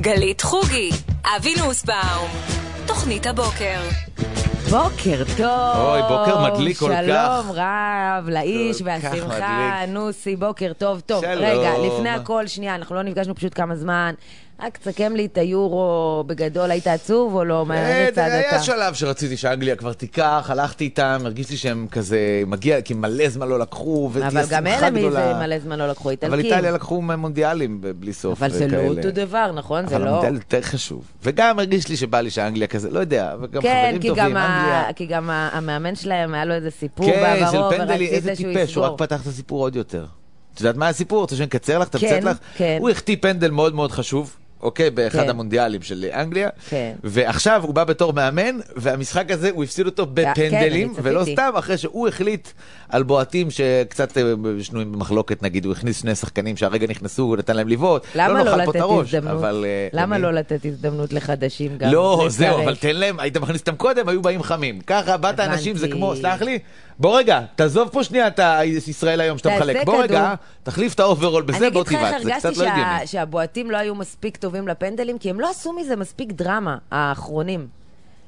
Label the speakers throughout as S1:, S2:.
S1: גלית חוגי, אבי נוסבאום, תוכנית הבוקר.
S2: בוקר טוב.
S3: אוי, בוקר מדליק כל כך.
S2: שלום רב לאיש
S3: כל כך
S2: והשמחה,
S3: מדליק.
S2: נוסי, בוקר טוב. טוב,
S3: שלום.
S2: רגע, לפני הכל, שנייה, אנחנו לא נפגשנו פשוט כמה זמן. רק תסכם לי את היורו בגדול, היית עצוב או לא? מה
S3: אה,
S2: איזה צד
S3: היה
S2: אתה?
S3: שלב שרציתי שאנגליה כבר תיקח, הלכתי איתם, הרגישתי שהם כזה, מגיע, כי מלא זמן לא לקחו, ותהיה
S2: אבל
S3: שמחה
S2: גם
S3: גדולה.
S2: אלה מזה מלא זמן לא לקחו
S3: אה, אבל
S2: איטלקים.
S3: איטליה לקחו מונדיאלים ב- בלי סוף.
S2: אבל זה לא
S3: וכאלה.
S2: אותו דבר, נכון? זה
S3: אבל
S2: לא...
S3: המונדיאל יותר חשוב. וגם הרגיש לי שבא לי שאנגליה כזה, לא יודע, וגם
S2: כן,
S3: חברים
S2: כי
S3: טובים,
S2: גם,
S3: אנגליה.
S2: ה... כי גם ה... המאמן שלהם, היה לו איזה סיפור
S3: כן, של
S2: בעברו,
S3: פנדלי,
S2: ורצית
S3: איזה
S2: שהוא
S3: טיפש, הוא רק
S2: יסגור.
S3: פתח את הסיפור עוד יותר. את יודעת מה הסיפור? רוצה שאני אקצר לך, תמצאת
S2: כן,
S3: לך?
S2: כן.
S3: הוא החטיא פנדל מאוד מאוד חשוב. אוקיי, באחד
S2: כן.
S3: המונדיאלים של אנגליה,
S2: כן.
S3: ועכשיו הוא בא בתור מאמן, והמשחק הזה, הוא הפסיד אותו
S2: כן,
S3: בפנדלים,
S2: אני צפיתי.
S3: ולא סתם, אחרי שהוא החליט על בועטים שקצת אה, שנויים במחלוקת, נגיד, הוא הכניס שני שחקנים שהרגע נכנסו, הוא נתן להם לבעוט,
S2: למה לא
S3: נאכל פה את
S2: לתת
S3: הראש,
S2: הזדמנות?
S3: אבל... אה,
S2: למה
S3: אני-
S2: לא לתת הזדמנות לחדשים גם?
S3: לא, זהו,
S2: להתקרב?
S3: אבל תן להם, היית מכניס אותם קודם, היו באים חמים. ככה, באת
S2: הבנתי.
S3: אנשים, זה כמו, סלח לי, בוא רגע, תעזוב פה שנייה את ה- ישראל היום שאתה
S2: תעשה
S3: מחלק. בוא
S2: כדור.
S3: רגע, תחליף את האוברול בזה, בוא
S2: אני
S3: תיבט,
S2: אגיד
S3: זה
S2: לך, איך
S3: קצת
S2: הרגשתי
S3: לא הגיוני.
S2: שה- שהבועטים לא היו מספיק טובים לפנדלים, כי הם לא עשו מזה מספיק דרמה, האחרונים.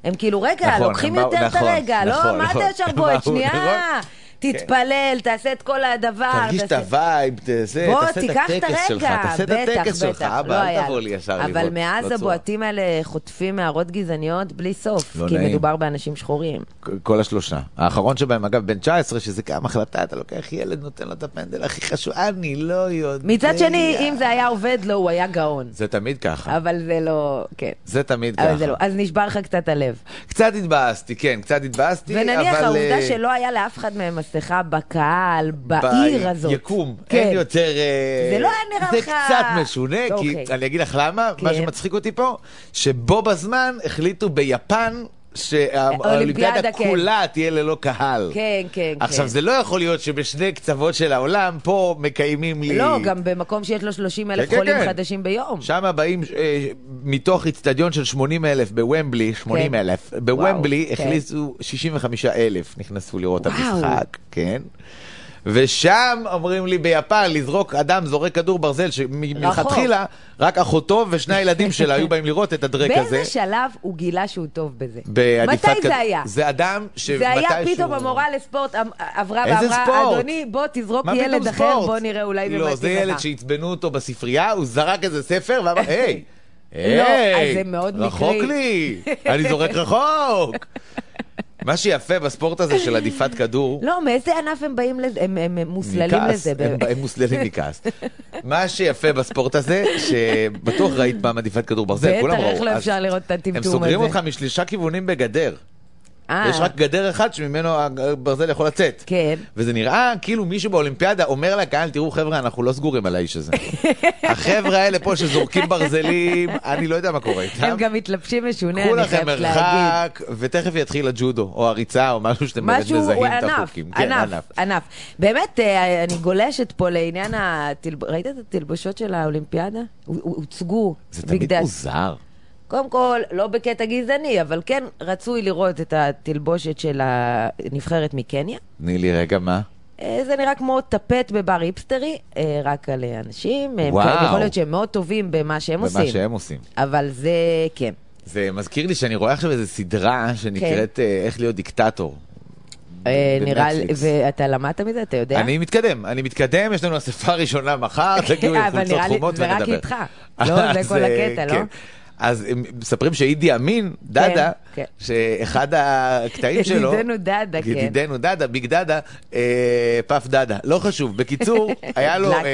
S2: הם כאילו, רגע,
S3: נכון,
S2: לוקחים
S3: הם באו-
S2: יותר את
S3: נכון,
S2: הרגע,
S3: נכון,
S2: לא, מה אתה
S3: נכון.
S2: ישר
S3: הם
S2: בועט?
S3: באו
S2: שנייה,
S3: לראות.
S2: תתפלל, תעשה את כל הדבר.
S3: תרגיש את
S2: תעשה-
S3: הווייב, ת- זה,
S2: בוא,
S3: תעשה את
S2: תיקח את
S3: הטקס שלך,
S2: הרגע,
S3: תעשה את
S2: בטח,
S3: הטקס שלך,
S2: בטח, לא
S3: אבא, אל
S2: היה
S3: תבוא
S2: לו.
S3: לי ישר לבעוט.
S2: אבל מאז
S3: לא צורה.
S2: הבועטים האלה חוטפים הערות גזעניות בלי סוף,
S3: לא
S2: כי
S3: נעים.
S2: מדובר באנשים שחורים.
S3: כל השלושה. האחרון שבהם, אגב, בן 19, שזה גם החלטה, אתה לוקח ילד, נותן לו את הפנדל הכי חשוב, אני לא יודע.
S2: מצד שני, אם זה היה עובד לו, הוא היה גאון.
S3: זה תמיד ככה.
S2: אבל זה לא, כן.
S3: זה תמיד ככה.
S2: אבל זה לא. אז נשבר לך קצת הלב.
S3: קצת התבאסתי, כן, קצת התבאסתי, אבל...
S2: ונניח
S3: אה,
S2: העובדה שלא היה לאף אחד מהם מסכה בקהל, בעיר הזאת.
S3: יקום,
S2: כן.
S3: אין יותר... אה,
S2: זה לא היה נראה לך-
S3: זה קצת משונה,
S2: אוקיי.
S3: כי אני אגיד לך למה,
S2: כן.
S3: מה שמצחיק אותי פה, שבו בזמן החליטו ביפן
S2: האולימפיאדה,
S3: שהאולימפיאדה
S2: כן.
S3: כולה תהיה ללא קהל.
S2: כן, כן,
S3: עכשיו,
S2: כן.
S3: זה לא יכול להיות שבשני קצוות של העולם, פה מקיימים לי...
S2: לא, גם במקום שיש לו 30 אלף
S3: כן, כן,
S2: חולים
S3: כן.
S2: חדשים ביום.
S3: שם באים אה, מתוך איצטדיון של 80 אלף בוומבלי, 80 אלף, בוומבלי
S2: כן. וואו, כן.
S3: הכניסו 65 אלף, נכנסו לראות את
S2: וואו.
S3: המשחק, כן. ושם אומרים לי ביפן לזרוק, אדם זורק כדור ברזל,
S2: נכון.
S3: שמלכתחילה רק אחותו ושני הילדים שלה היו באים לראות את הדרק הזה.
S2: באיזה שלב הוא גילה שהוא טוב בזה?
S3: בעדיפת
S2: מתי
S3: כדור.
S2: זה היה?
S3: זה אדם שמתישהו...
S2: זה היה פתאום המורה לספורט אמ- עברה
S3: איזה
S2: ואמרה,
S3: ספורט?
S2: אדוני, בוא תזרוק
S3: מה פתאום
S2: ילד אחר,
S3: ספורט?
S2: בוא נראה אולי באמת
S3: לא, זה
S2: ייבחר."
S3: ילד שעצבנו אותו בספרייה, הוא זרק איזה ספר ואמר, היי,
S2: לא,
S3: היי,
S2: אז זה מאוד מקרי.
S3: רחוק לי, אני זורק רחוק. מה שיפה בספורט הזה של עדיפת כדור,
S2: לא, מאיזה ענף הם באים לזה? הם- הם הם מוסללים
S3: מכעס,
S2: לזה.
S3: הם- הם מוסללים מכעס. מה שיפה בספורט הזה, שבטוח ראית פעם עדיפת כדור ברזל,
S2: בטח,
S3: כולם ראו.
S2: איך לא
S3: אז
S2: אפשר לראות את הטמטום
S3: הם
S2: הזה.
S3: סוגרים אותך משלושה כיוונים בגדר.
S2: אה,
S3: יש רק גדר אחת שממנו הברזל יכול לצאת.
S2: כן.
S3: וזה נראה כאילו מישהו באולימפיאדה אומר לקהל, תראו חבר'ה, אנחנו לא סגורים על האיש הזה. החבר'ה האלה פה שזורקים ברזלים, אני לא יודע מה קורה איתם.
S2: הם גם מתלבשים משונה,
S3: קחו
S2: אני
S3: לכם
S2: חייבת להגיד.
S3: מרחק, ותכף יתחיל הג'ודו, או הריצה, או משהו שאתם באמת
S2: משהו, הוא
S3: מזהים את
S2: ענף,
S3: החוקים. כן,
S2: ענף, ענף. באמת, אה, אני גולשת פה לעניין התלב... ראית את התלבושות של האולימפיאדה? הו- הו- הוצגו.
S3: זה תמיד
S2: בגדל-
S3: מוזר.
S2: קודם כל, לא בקטע גזעני, אבל כן רצוי לראות את התלבושת של הנבחרת מקניה.
S3: תני לי רגע, מה?
S2: אה, זה נראה כמו טפט בבר היפסטרי, אה, רק על אה, אנשים. הם
S3: וואו.
S2: כאלה, יכול להיות שהם מאוד טובים במה שהם
S3: במה
S2: עושים.
S3: שהם עושים.
S2: אבל זה, כן.
S3: זה מזכיר לי שאני רואה עכשיו איזו סדרה
S2: כן.
S3: שנקראת אה, איך להיות דיקטטור.
S2: אה, נראה, לי-
S3: בנטפליקס.
S2: ואתה למדת מזה, אתה יודע?
S3: אני מתקדם, אני מתקדם, יש לנו אספה ראשונה מחר, תגיעו
S2: אבל
S3: עם חולצות
S2: נראה לי
S3: חומות
S2: זה רק
S3: ונדבר.
S2: איתך. לא, זה
S3: אז,
S2: כל
S3: אה,
S2: הקטע, לא?
S3: כן. אז הם מספרים שאידי אמין, דדה,
S2: כן.
S3: שאחד הקטעים שלו,
S2: ידידנו דדה, כן.
S3: ידידנו דדה, ביג דדה, אה, פאף דדה, לא חשוב. בקיצור, היה לו
S2: הדלקתי.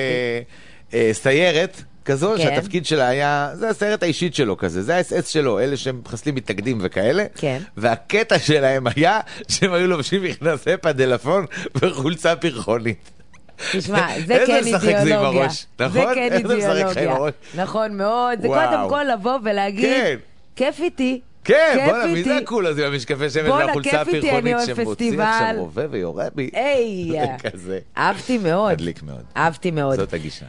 S3: אה, אה, סיירת. כזו
S2: כן.
S3: שהתפקיד שלה היה, זה הסיירת האישית שלו כזה, זה האס-אס שלו, אלה שמחסלים מתנגדים וכאלה.
S2: כן.
S3: והקטע שלהם היה שהם היו לובשים מכנסי פדלפון וחולצה פרחונית.
S2: תשמע, זה
S3: איזה
S2: כן
S3: לשחק זה עם
S2: אידיאולוגיה.
S3: הראש, נכון?
S2: זה כן
S3: איזה לשחק זה עם
S2: אידיאולוגיה.
S3: הראש.
S2: נכון מאוד. זה
S3: וואו.
S2: קודם כל לבוא
S3: כן.
S2: ולהגיד, כיף איתי.
S3: כן,
S2: כיף
S3: בואנה, מי
S2: איתי.
S3: זה הקול הזה עם המשקפי שמן
S2: בואנה,
S3: והחולצה
S2: כיף איתי, אני
S3: הפרחונית
S2: אוהב
S3: שמוציא
S2: פסטיבל.
S3: עכשיו רובה ויורה בי?
S2: היי.
S3: זה כזה.
S2: אהבתי מאוד.
S3: מדליק מאוד.
S2: אהבתי מאוד.
S3: זאת הגישה.